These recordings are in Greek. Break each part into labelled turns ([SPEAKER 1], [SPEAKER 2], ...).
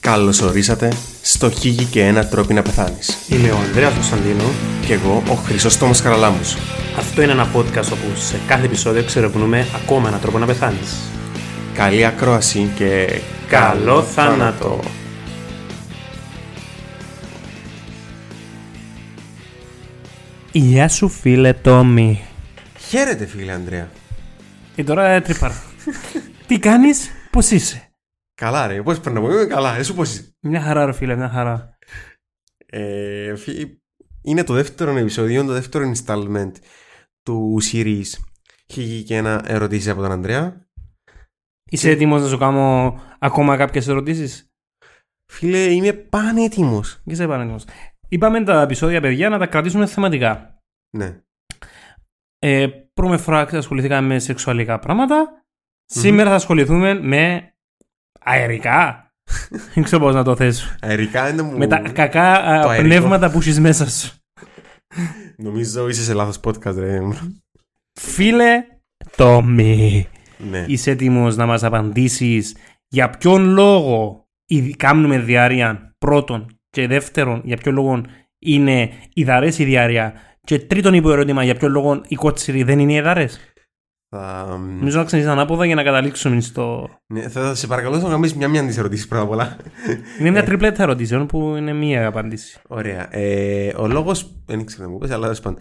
[SPEAKER 1] Καλώς ορίσατε στο «Χίγη και ένα τρόπο να πεθάνεις».
[SPEAKER 2] Είμαι ο Ανδρέας Κωνσταντίνο.
[SPEAKER 1] Κι εγώ, ο Χρυσόστομος Χαραλάμπους.
[SPEAKER 2] Αυτό είναι ένα podcast όπου σε κάθε επεισόδιο ξερευνούμε ακόμα έναν τρόπο να πεθάνεις.
[SPEAKER 1] Καλή ακρόαση και...
[SPEAKER 2] Καλό θάνατο! Γεια σου φίλε Τόμι.
[SPEAKER 1] Χαίρετε φίλε Ανδρέα.
[SPEAKER 2] Και Ε, τώρα τρύπαρα. Τι κάνεις, πώς είσαι.
[SPEAKER 1] Καλά ρε, πώς περνάω, είμαι καλά, εσύ πώς είσαι.
[SPEAKER 2] Μια χαρά ρε φίλε, μια χαρά.
[SPEAKER 1] Ε, φι- είναι το δεύτερο επεισόδιο, το δεύτερο installment του series «Χίγη και ένα ερωτήσεις από τον Ανδρέα».
[SPEAKER 2] Είσαι έτοιμος να σου κάνω ακόμα κάποιες ερωτήσεις.
[SPEAKER 1] Φίλε, είμαι πανέτοιμος.
[SPEAKER 2] Και σε επανέλθω. Είπαμε τα επεισόδια, παιδιά, να τα κρατήσουμε θεματικά.
[SPEAKER 1] Ναι.
[SPEAKER 2] Ε, πρώτη φορά ασχοληθήκαμε με σεξουαλικά πράγματα. Σήμερα θα ασχοληθούμε με αερικά. Δεν ξέρω πώς να το θέσω.
[SPEAKER 1] Αερικά Ε, είναι μου...
[SPEAKER 2] με τα κακά α,
[SPEAKER 1] Το αερικό.
[SPEAKER 2] πνεύματα που έχεις μέσα σου.
[SPEAKER 1] Νομίζω είσαι σε λάθος podcast ρε.
[SPEAKER 2] Φίλε Τόμι,
[SPEAKER 1] ναι.
[SPEAKER 2] είσαι έτοιμος να μας απαντήσεις για ποιον λόγο η- κάνουμε διάρκεια πρώτον και δεύτερον, για ποιον λόγο είναι υδαρές η διάρκεια και τρίτον υποερώτημα, για ποιον λόγο οι κότσιροι δεν είναι υδαρές.
[SPEAKER 1] Θα...
[SPEAKER 2] Νομίζω να ξεκινήσει ανάποδα για να καταλήξουμε στο.
[SPEAKER 1] Ναι, θα σε παρακαλώ να κάνεις μια μια τις ερωτήσεις πρώτα απ' όλα.
[SPEAKER 2] Είναι μια τριπλέτα ερωτήσεων που είναι μία απάντηση.
[SPEAKER 1] Ωραία. Ε, ο λόγος, δεν ξέρω να μου πες, αλλά τέλος πάντων.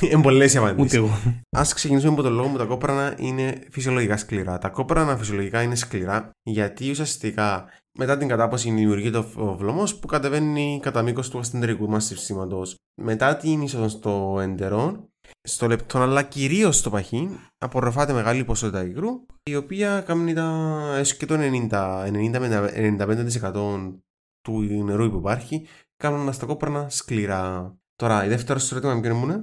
[SPEAKER 1] Είναι πολλές οι
[SPEAKER 2] Ναι. Ούτε
[SPEAKER 1] απαντήσεις.
[SPEAKER 2] εγώ.
[SPEAKER 1] Ας ξεκινήσουμε από τον λόγο που τα κόπρανα είναι φυσιολογικά σκληρά. Τα κόπρανα φυσιολογικά είναι σκληρά γιατί ουσιαστικά μετά την κατάποση δημιουργείται ο βλωμό που κατεβαίνει κατά μήκος του ασθεντερικού μας συστήματος. Μετά την είσοδο στο εντερό, στο λεπτό αλλά κυρίως στο παχύ, απορροφάται μεγάλη ποσότητα υγρού, η οποία κάνει τα έστω και το 90, 90 με 95% του νερού που υπάρχει, κάνουν μας τα κόπρανα σκληρά. Τώρα, η δεύτερη σου ερώτημα ποιο ήμουνε.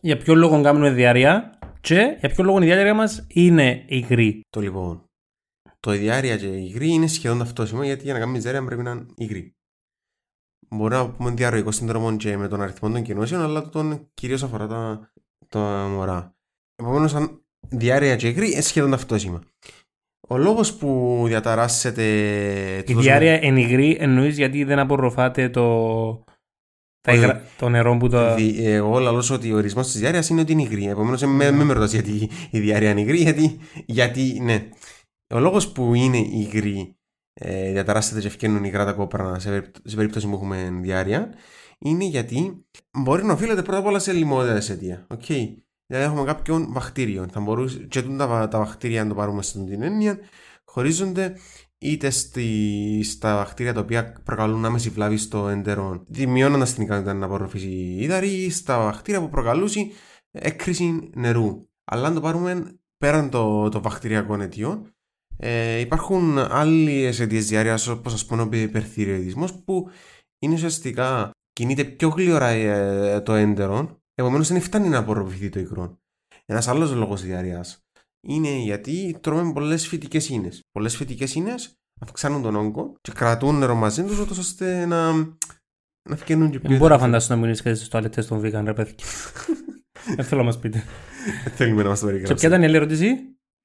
[SPEAKER 2] για ποιο λόγο κάνουμε διαρρεία και για ποιο λόγο η διάρκεια μας είναι υγρή.
[SPEAKER 1] Το λοιπόν. Το διάρκεια και η υγρή είναι σχεδόν ταυτόσιμο γιατί για να κάνουμε διάρκεια πρέπει να είναι υγρή. Μπορούμε να πούμε διαρροϊκό σύνδρομο και με τον αριθμό των κοινώσεων, αλλά τον κυρίως αφορά τα, τα μωρά. Επομένως, αν διάρκεια και υγρή είναι σχεδόν ταυτόσιμα. Ο λόγος που διαταράσσεται.
[SPEAKER 2] Η
[SPEAKER 1] τούτος-
[SPEAKER 2] διάρκεια εν υγρή εννοείς γιατί δεν απορροφάτε το, τα
[SPEAKER 1] Όχι.
[SPEAKER 2] υγρά- το νερό που το.
[SPEAKER 1] Δι- Εγώ λαλώ ότι ο ορισμός της διάρκεια είναι ότι είναι υγρή. Επομένως, με, με, με ρωτάς γιατί η διάρκεια είναι υγρή, γιατί, γιατί ναι. Ο λόγος που είναι υγρή, ε, διαταράσσεται και ευκαινούν υγρά τα κόπρανα σε, περίπτω- σε περίπτωση που έχουμε διάρκεια, είναι γιατί μπορεί να οφείλεται πρώτα απ' όλα σε λιμόδε αιτία. Οκ. Δηλαδή, έχουμε κάποιον βακτήριο. Θα μπορούσε, και τούτα τα, τα βακτήρια, αν το πάρουμε στην την έννοια, χωρίζονται είτε στη, στα βακτήρια τα οποία προκαλούν άμεση βλάβη στο εντερό, δημιώνοντας την ικανότητα να απορροφήσει η ύδαρη, ή στα βακτήρια που προκαλούσει έκρηση νερού. Αλλά αν το πάρουμε πέραν των το, βακτηριακών αιτιών, ε, υπάρχουν άλλε αιτίε διάρκειας, όπως ας πούμε ο υπερθυριοειδισμό, που είναι ουσιαστικά κινείται πιο γλυόρα ε, το έντερο, επομένως δεν φτάνει να απορροφηθεί το υγρό. Ένας άλλος λόγος διάρκειας είναι γιατί τρώμε πολλές φυτικές ίνες. Πολλές φυτικές ίνες αυξάνουν τον όγκο και κρατούν νερό μαζί τους, ώστε να, να φκαινούν και πιο.
[SPEAKER 2] Δεν Ε, μπορώ να φανταστώ να μην είσαι στι τουαλετέ των vegan, ρε παιδιά. Δεν θέλω να μας πείτε.
[SPEAKER 1] Θέλουμε να μας το
[SPEAKER 2] και
[SPEAKER 1] περιγράψουμε.
[SPEAKER 2] ποια ήταν η άλλη ερώτηση.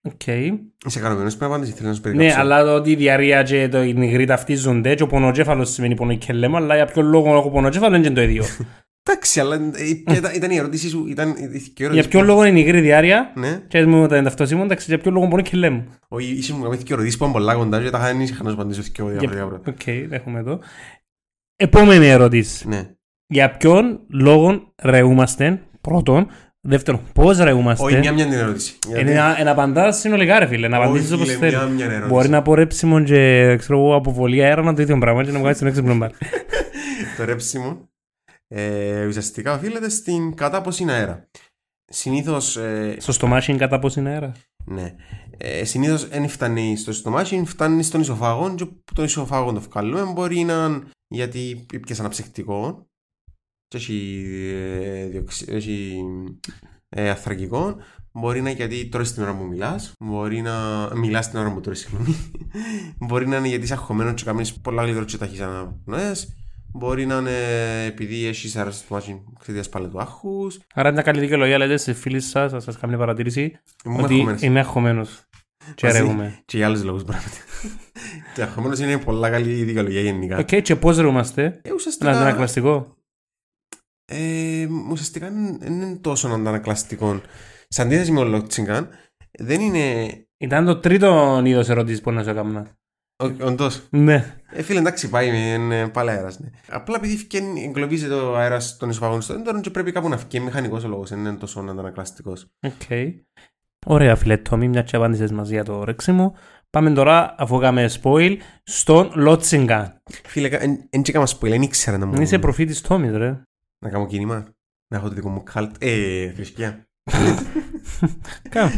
[SPEAKER 2] Okay.
[SPEAKER 1] Είσαι ικανοποιημένο που απάντηση, θέλω να σου
[SPEAKER 2] Ναι,
[SPEAKER 1] περιγράψω.
[SPEAKER 2] αλλά το ότι η διαρρεία και το, η υγρή ταυτίζονται και ο πονοκέφαλος σημαίνει πονοκέλεμα, αλλά για ποιο λόγο έχω πονοκέφαλος είναι και το ίδιο.
[SPEAKER 1] Εντάξει, αλλά ε, ποια ήταν, ήταν η ερώτησή σου. Ήταν, η- η- και η
[SPEAKER 2] για
[SPEAKER 1] ερώτηση
[SPEAKER 2] ποιο
[SPEAKER 1] που-
[SPEAKER 2] λόγο είναι υγρή διάρκεια
[SPEAKER 1] Ναι,
[SPEAKER 2] Και μου τα ενταυτόσημα, εντάξει, για ποιο λόγο μπορεί και λέμε.
[SPEAKER 1] όχι, είσαι μου γαμήθηκε ερωτήσεις που ήταν πολλά κοντά και τα είχα είχα να σου απαντήσω και διαφορετικά πρώτα.
[SPEAKER 2] Οκ, τα έχουμε εδώ. Επόμενη ερώτηση.
[SPEAKER 1] Ναι.
[SPEAKER 2] Για ποιον λόγο ρεούμαστε, πρώτον. Δεύτερον, πώ
[SPEAKER 1] Όχι, μια
[SPEAKER 2] ρεούμαστε.
[SPEAKER 1] μια την ερώτηση. Γιατί-
[SPEAKER 2] Είναι να- ε, να απαντάς συνολικά, ρε φίλε, να
[SPEAKER 1] Όχι,
[SPEAKER 2] απαντήσεις όπω
[SPEAKER 1] λέει,
[SPEAKER 2] θέλεις.
[SPEAKER 1] μια- μια ερώτηση.
[SPEAKER 2] Μπορεί να πω ρέψιμο και ξέρω εγώ, αποβολή αέρα να το ίδιο πράγμα και να βγάλει τον έξυπνο μπαρ.
[SPEAKER 1] Το ρέψιμο ε, ουσιαστικά οφείλεται στην κατάποση αέρα. Συνήθως. Ε,
[SPEAKER 2] Στο στομάχι είναι κατά πώς είναι αέρα.
[SPEAKER 1] ναι. Ε, Συνήθως δεν φτάνει στο στομάχι, φτάνει στον ισοφάγο. Και τον ισοφάγο το βγάλουμε. Μπορεί να. είναι Γιατί πιέσα ένα ψυχτικό. Και έχει, ε, διοξι- έχει ε, αθρακικό. Μπορεί να είναι γιατί τρώει την ώρα που μιλάς. Μπορεί να. Μιλάς την ώρα που τρώεις, συγγνώμη. μπορεί να είναι γιατί είσαι αγχωμένος και κάνεις πολλά γλυκό και ταχύς αναπνοές. Μπορεί να είναι επειδή έχεις άρρωστο στο μάτι εξαιτία πάλι του άγχους.
[SPEAKER 2] Άρα είναι μια καλή δικαιολογία, λέτε σε φίλοι σα, θα σα κάνω μια παρατήρηση.
[SPEAKER 1] Είμαι
[SPEAKER 2] Ότι
[SPEAKER 1] αγχωμένος.
[SPEAKER 2] είμαι αγχωμένος. Και
[SPEAKER 1] Μαζί.
[SPEAKER 2] ρεύουμε.
[SPEAKER 1] Και για άλλους λόγους μπορεί να Ενδεχομένω είναι πολλά καλή η δικαιολογία γενικά.
[SPEAKER 2] Οκ, και πώς ρούμαστε.
[SPEAKER 1] Ε,
[SPEAKER 2] Ένα
[SPEAKER 1] ουσιαστικά,
[SPEAKER 2] αντανακλαστικό.
[SPEAKER 1] ε, ουσιαστικά δεν δεν είναι τόσο αντανακλαστικό. Σε αντίθεση με ο Λότσιγκαν, δεν είναι.
[SPEAKER 2] Ήταν το τρίτο είδος ερώτησης που να σου έκανα.
[SPEAKER 1] Όντως.
[SPEAKER 2] Ναι.
[SPEAKER 1] Ε, φίλε, εντάξει, πάει, είναι πάλι αέρα. Ναι. Απλά επειδή φκαίνει- εγκλωβίζεται ο αέρας των εσωφαγών στο έντονο, και πρέπει κάπου να φκαίνει μηχανικός ο λόγος, δεν είναι τόσο αντανακλαστικός.
[SPEAKER 2] Οκ. Ωραία, φίλε Τόμι, μια και απάντησες μαζί για το ρέξιμο. Πάμε τώρα, αφού έκαμε spoil, στον Λότσιγκα.
[SPEAKER 1] Φίλε, δεν τσέκαμε spoil, δεν ήξερα να μου.
[SPEAKER 2] Είσαι προφήτης Τόμις, ρε.
[SPEAKER 1] Να κάνω κίνημα. Να έχω το δικό μου καλτ. Ε, θρησκεία.
[SPEAKER 2] Κα-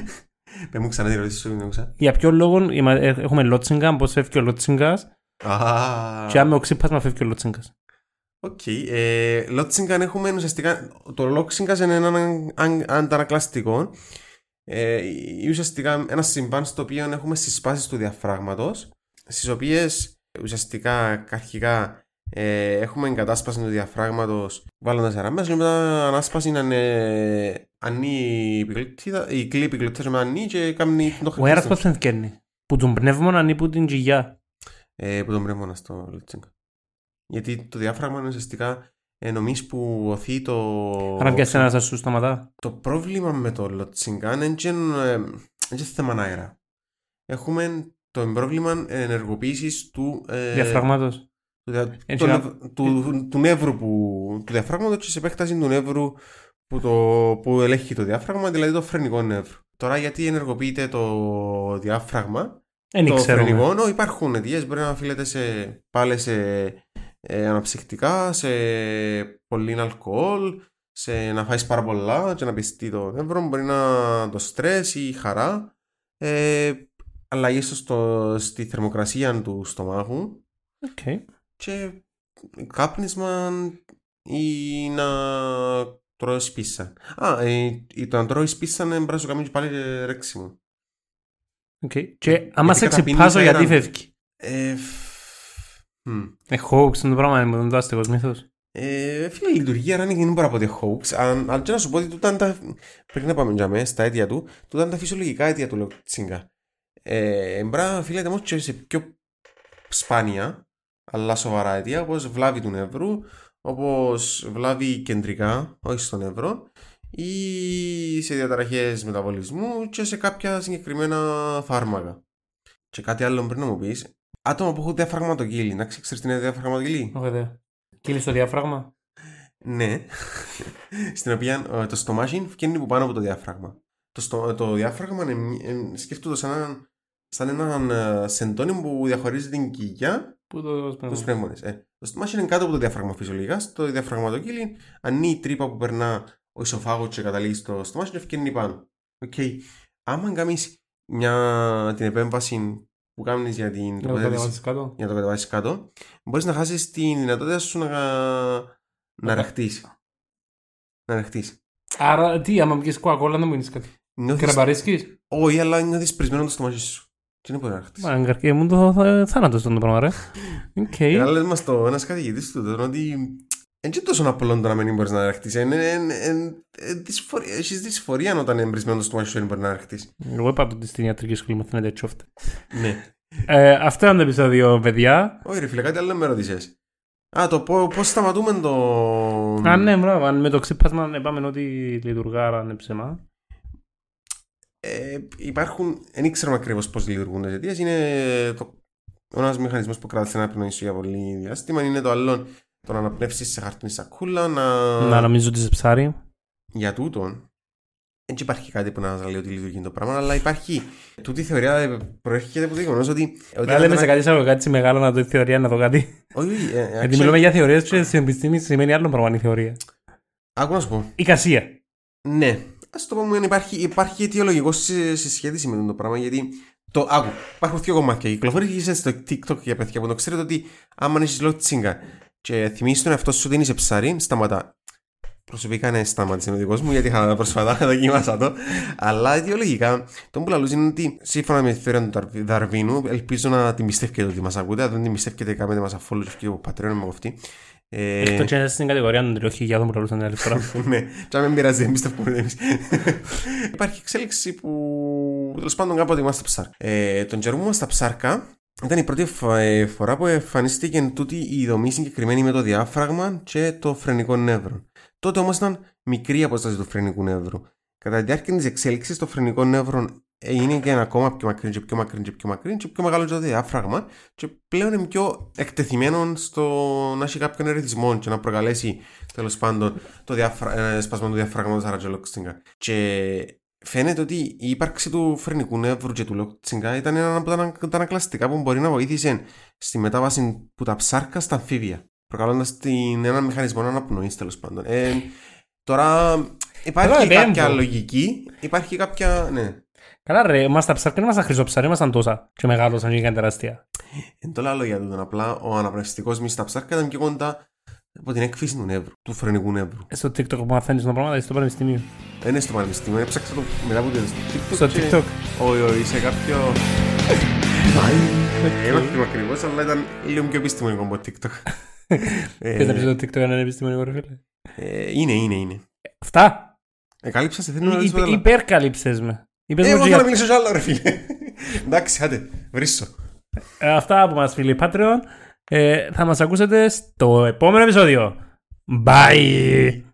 [SPEAKER 1] Πες μου ξανά τη ρωτήση σου, δεν άκουσα.
[SPEAKER 2] Για ποιο λόγο είμα- ε, έχουμε Λότσιγκα, πώς φεύγει ο Λότσιγκας,
[SPEAKER 1] Α,
[SPEAKER 2] και αν με οξύπασμα φεύγει ο Λότσιγκας.
[SPEAKER 1] Οκ. Ε, Λότσιγκαν έχουμε ουσιαστικά. Το Λότσιγκαν είναι ένα αν- αν- αντανακλαστικό. Ε, ή ουσιαστικά ένα συμβάν στο οποίο έχουμε συσπάσεις του διαφράγματος, στις οποίες ουσιαστικά αρχικά ε, έχουμε εγκατάσπαση του διαφράγματος βάλλοντα αραμέ, και μετά ανάσπαση να είναι ανή η πυκλίτιδα- η κλή πυκλωτήρα με ανή και κάνει το
[SPEAKER 2] Ο αέρα
[SPEAKER 1] χρησιμοποιήσει.
[SPEAKER 2] πώ δεν φκέρνει. Που τον πνεύμονα ή που την τζιγιά.
[SPEAKER 1] ε, που τον πνεύμονα στο Λουτσέγκο. Γιατί το διάφραγμα είναι ουσιαστικά ε, νομίζεις που οθεί το...
[SPEAKER 2] Αν πιάσει ένα σου σταματά.
[SPEAKER 1] Το πρόβλημα με το Λοτσιγκάν είναι και, ε, είναι και θέμα αέρα. Έχουμε το πρόβλημα ενεργοποίησης του, ε,
[SPEAKER 2] Διαφραγμάτω.
[SPEAKER 1] του, δια-
[SPEAKER 2] Εν
[SPEAKER 1] του,
[SPEAKER 2] και να-
[SPEAKER 1] νευ- του, του νεύρου που, του διαφράγματος και σε επέκταση του νεύρου που, το, που ελέγχει το διάφραγμα, δηλαδή το φρενικό νεύρο. Τώρα γιατί ενεργοποιείται το διάφραγμα,
[SPEAKER 2] Δεν
[SPEAKER 1] το
[SPEAKER 2] ξέρω.
[SPEAKER 1] φρενικό, νο, υπάρχουν αιτίες. Μπορεί να οφείλεται σε, πάλι σε ε, αναψυκτικά, σε πολύ αλκοόλ, σε να φάει πάρα πολλά και να πιστεί το νεύρο. Μπορεί να το στρε ή η χαρά. Ε, Αλλαγές στη θερμοκρασία του στομάχου
[SPEAKER 2] Οκ.
[SPEAKER 1] και κάπνισμα ή να τρώει πίσα. Α, ε, το να τρώει πίσα είναι πρέπει να σου κάνει και πάλι ε, ρέξιμο.
[SPEAKER 2] Οκ. Και άμα σε
[SPEAKER 1] καταπίνεις
[SPEAKER 2] ξεπάσω, γιατί
[SPEAKER 1] αέραν.
[SPEAKER 2] φεύγει.
[SPEAKER 1] Ε, φ- μ.
[SPEAKER 2] Ε, hoax είναι το πράγμα, μου δεν το άστεγος μύθος.
[SPEAKER 1] Ε, φίλε, η λειτουργία αν είναι πάρα πολύ hoax. Αν, αν και να σου πω ότι τούτα είναι τα. Πριν να πάμε για μέ, στα αίτια του, τούτα είναι τα φυσιολογικά αίτια του Λοτσίνγκα. Ε, μπρά, φίλε, όμω και σε πιο σπάνια, αλλά σοβαρά αίτια, όπως βλάβη του νεύρου, όπως βλάβη κεντρικά, όχι στο νεύρο, ή σε διαταραχές μεταβολισμού και σε κάποια συγκεκριμένα φάρμακα. Και κάτι άλλο πριν να μου πεις, άτομα που έχουν διαφραγματοκύλι, να ξέρεις τι είναι διαφραγματοκύλι.
[SPEAKER 2] Ωραία. Κύλει στο διάφραγμα.
[SPEAKER 1] Ναι. Στην οποία ε, το στομάχι βγαίνει από πάνω από το διάφραγμα. Το, στο, το διάφραγμα είναι, μι- ε, σκέφτομαι το σαν έναν σαν έναν ε, σεντόνι που διαχωρίζει την κοιλιά
[SPEAKER 2] Πού το
[SPEAKER 1] του
[SPEAKER 2] σπέμπω.
[SPEAKER 1] πνεύμονε. Ε, το στομάχι είναι κάτω από το διάφραγμα φυσιολογικά. Στο διαφραγματοκύλι, ανή η τρύπα που περνά ο ισοφάγος και καταλήγει στο στομάχι και βγαίνει πάνω. Οκ. Άμα κάνεις μια την επέμβαση που κάνεις για την
[SPEAKER 2] Να το
[SPEAKER 1] τοποθέτηση
[SPEAKER 2] κατεβάσεις κάτω.
[SPEAKER 1] για να το κατεβάσεις κάτω, μπορείς να χάσεις τη δυνατότητα σου να, να
[SPEAKER 2] κα-
[SPEAKER 1] ρεχτείς. Να ρεχτείς.
[SPEAKER 2] Άρα τι, άμα μπει κοκακόλα να μου γίνεις κάτι.
[SPEAKER 1] Νιώθεις...
[SPEAKER 2] Κρεμπαρίσκει.
[SPEAKER 1] Όχι, αλλά νιώθεις πρισμένο το στομάχι σου. Και δεν μπορεί να ρεχτεί.
[SPEAKER 2] Μα εγκαρκέ μου το θα- θάνατο ήταν το πράγμα, ρε. Οκ.
[SPEAKER 1] Ε, Αλλά λες μας το ένας καθηγητής του τώρα ότι. Δεν είναι τόσο απλό το να μην μπορείς να ρεχτεί. Έχεις δυσφορία όταν είναι πρισμένο το στομάχι σου δεν μπορεί να ρεχτεί.
[SPEAKER 2] Εγώ είπα ότι στην ιατρική σχολή μου φαίνεται έτσι όφτα.
[SPEAKER 1] Ναι.
[SPEAKER 2] Ε, Αυτό ήταν το επεισόδιο, παιδιά.
[SPEAKER 1] Όχι, ρε φίλε, κάτι άλλο με ρώτησες. Α, το πώς σταματούμε το.
[SPEAKER 2] Α, ναι, μπράβο. Αν με το ξύπασμα να πάμε ότι λειτουργάρα είναι ψεμά.
[SPEAKER 1] Ε, υπάρχουν, δεν ξέρουμε ακριβώς πώς λειτουργούν τι αιτίε. Είναι το, ένας μηχανισμός που κρατάει ένα πνοή σου για πολύ διάστημα. Είναι το άλλο το να αναπνεύσεις σε χαρτινή σακούλα. Να...
[SPEAKER 2] Να νομίζω ότι σε ψάρι.
[SPEAKER 1] Για τούτον. Δεν υπάρχει κάτι που να λέει ότι λειτουργεί το πράγμα, αλλά υπάρχει. Τούτη η θεωρία ε, προέρχεται από το γεγονός ότι. ότι
[SPEAKER 2] Να λέμε
[SPEAKER 1] όταν-
[SPEAKER 2] σε κάτι σαν κάτι μεγάλο να το η θεωρία να δω κάτι.
[SPEAKER 1] Όχι, όχι, ε, ε,
[SPEAKER 2] Γιατί
[SPEAKER 1] actually,
[SPEAKER 2] μιλούμε για θεωρίες και στην επιστήμη σημαίνει άλλο πράγμα είναι η θεωρία.
[SPEAKER 1] Άκου να σου πω.
[SPEAKER 2] Οικασία.
[SPEAKER 1] Ναι. Ας το πούμε, υπάρχει, υπάρχει αιτιολογικό σε, σε σχέση με το πράγμα. Γιατί το άκου. Υπάρχουν δύο κομμάτια. Κυκλοφορήθηκε στο TikTok για παιδιά που το ξέρετε ότι άμα είσαι λόγω τσίγκα και θυμίζεις τον εαυτό σου ότι είσαι ψάρι, σταματά. Προσωπικά ναι, σταμάτησε ο δικός μου γιατί είχα προσφατά, δοκίμασα το. Αλλά ιδεολογικά, το που λαλούζει είναι ότι σύμφωνα με τη θεωρία του Δαρβ- Δαρβίνου, ελπίζω να την πιστεύετε ότι μας ακούτε. Αν δεν την πιστεύετε, κάνετε μα αφόλου και ο πατρέων μου αυτή. Ε,
[SPEAKER 2] Εκτό και είναι στην κατηγορία των 3.000 που λαλούσαν την άλλη φορά.
[SPEAKER 1] ναι, και αν μην πειράζει, εμείς τα πούμε εμείς. Υπάρχει εξέλιξη που τέλος πάντων κάποτε είμαστε ψάρκα. Ε, τον καιρό που είμαστε ψάρκα, Ήταν η πρώτη φο- ε, φορά που εμφανίστηκε εν τούτη η δομή συγκεκριμένη με το διάφραγμα και το φρενικό νεύρο. Τότε όμως ήταν μικρή η απόσταση του φρενικού νεύρου. Κατά τη διάρκεια της εξέλιξης, το φρενικό νεύρο ε, είναι και ένα ακόμα πιο μακρύ, και πιο μακρύ, και πιο μακρύ, και πιο μεγάλο το διάφραγμα, και πλέον είναι πιο εκτεθειμένο στο να έχει κάποιον ερεθισμό και να προκαλέσει τέλος πάντων το διάφρα... ένα σπασμό του διάφραγματος αρατζολόξιγκα. Και φαίνεται ότι η ύπαρξη του φρενικού νεύρου και του λόξιγκα ήταν ένα από τα ανα- τα ανακλαστικά που μπορεί να βοήθησε στη μετάβαση που τα ψάρκα στα αμφίβια. Προκαλώντας έναν μηχανισμό αναπνοής τέλος πάντων. Ε, τώρα
[SPEAKER 2] Καλά,
[SPEAKER 1] υπάρχει
[SPEAKER 2] επέμβω.
[SPEAKER 1] κάποια λογική, υπάρχει κάποια. Ναι.
[SPEAKER 2] Καλά ρε, μας τα ψάρια δεν μας τα χρυσόψαρα, ήμασταν τόσα και μεγάλωσαν και ήταν τεράστια.
[SPEAKER 1] Εν το λέω για τούτον. Απλά ο αναπνευστικός μης στα ψάρκα ήταν πιο κοντά από την έκφυση του νεύρου, του φρενικού νεύρου.
[SPEAKER 2] Στο TikTok που μαθαίνεις τα πράγματα, στο πανεπιστήμιο.
[SPEAKER 1] Δεν είναι στο πανεπιστήμιο, έψαξα το μετά από το TikTok.
[SPEAKER 2] Στο
[SPEAKER 1] και-
[SPEAKER 2] TikTok.
[SPEAKER 1] Όχι, όχι, σε κάποιο. Ε, Δεν θυμάμαι ακριβώς, αλλά ήταν λίγο πιο επιστημονικό από το TikTok. Ε,
[SPEAKER 2] Ποιος να πεις ότι το TikTok είναι επιστημονικό ρε φίλε.
[SPEAKER 1] ε, Είναι, είναι, είναι.
[SPEAKER 2] Αυτά.
[SPEAKER 1] Εκάλυψα σε θέλω να ρωτήσω.
[SPEAKER 2] Υπε-
[SPEAKER 1] άλλα.
[SPEAKER 2] Υπερκαλύψες με. Είπες
[SPEAKER 1] Ε,
[SPEAKER 2] μου
[SPEAKER 1] Εγώ
[SPEAKER 2] και
[SPEAKER 1] θέλω να
[SPEAKER 2] για-
[SPEAKER 1] μιλήσω σε άλλο, ρε φίλε. Εντάξει, άντε, βρίσω.
[SPEAKER 2] Ε, Αυτά από μας φίλοι Patreon. Ε, Θα μας ακούσετε στο επόμενο επεισόδιο. Bye.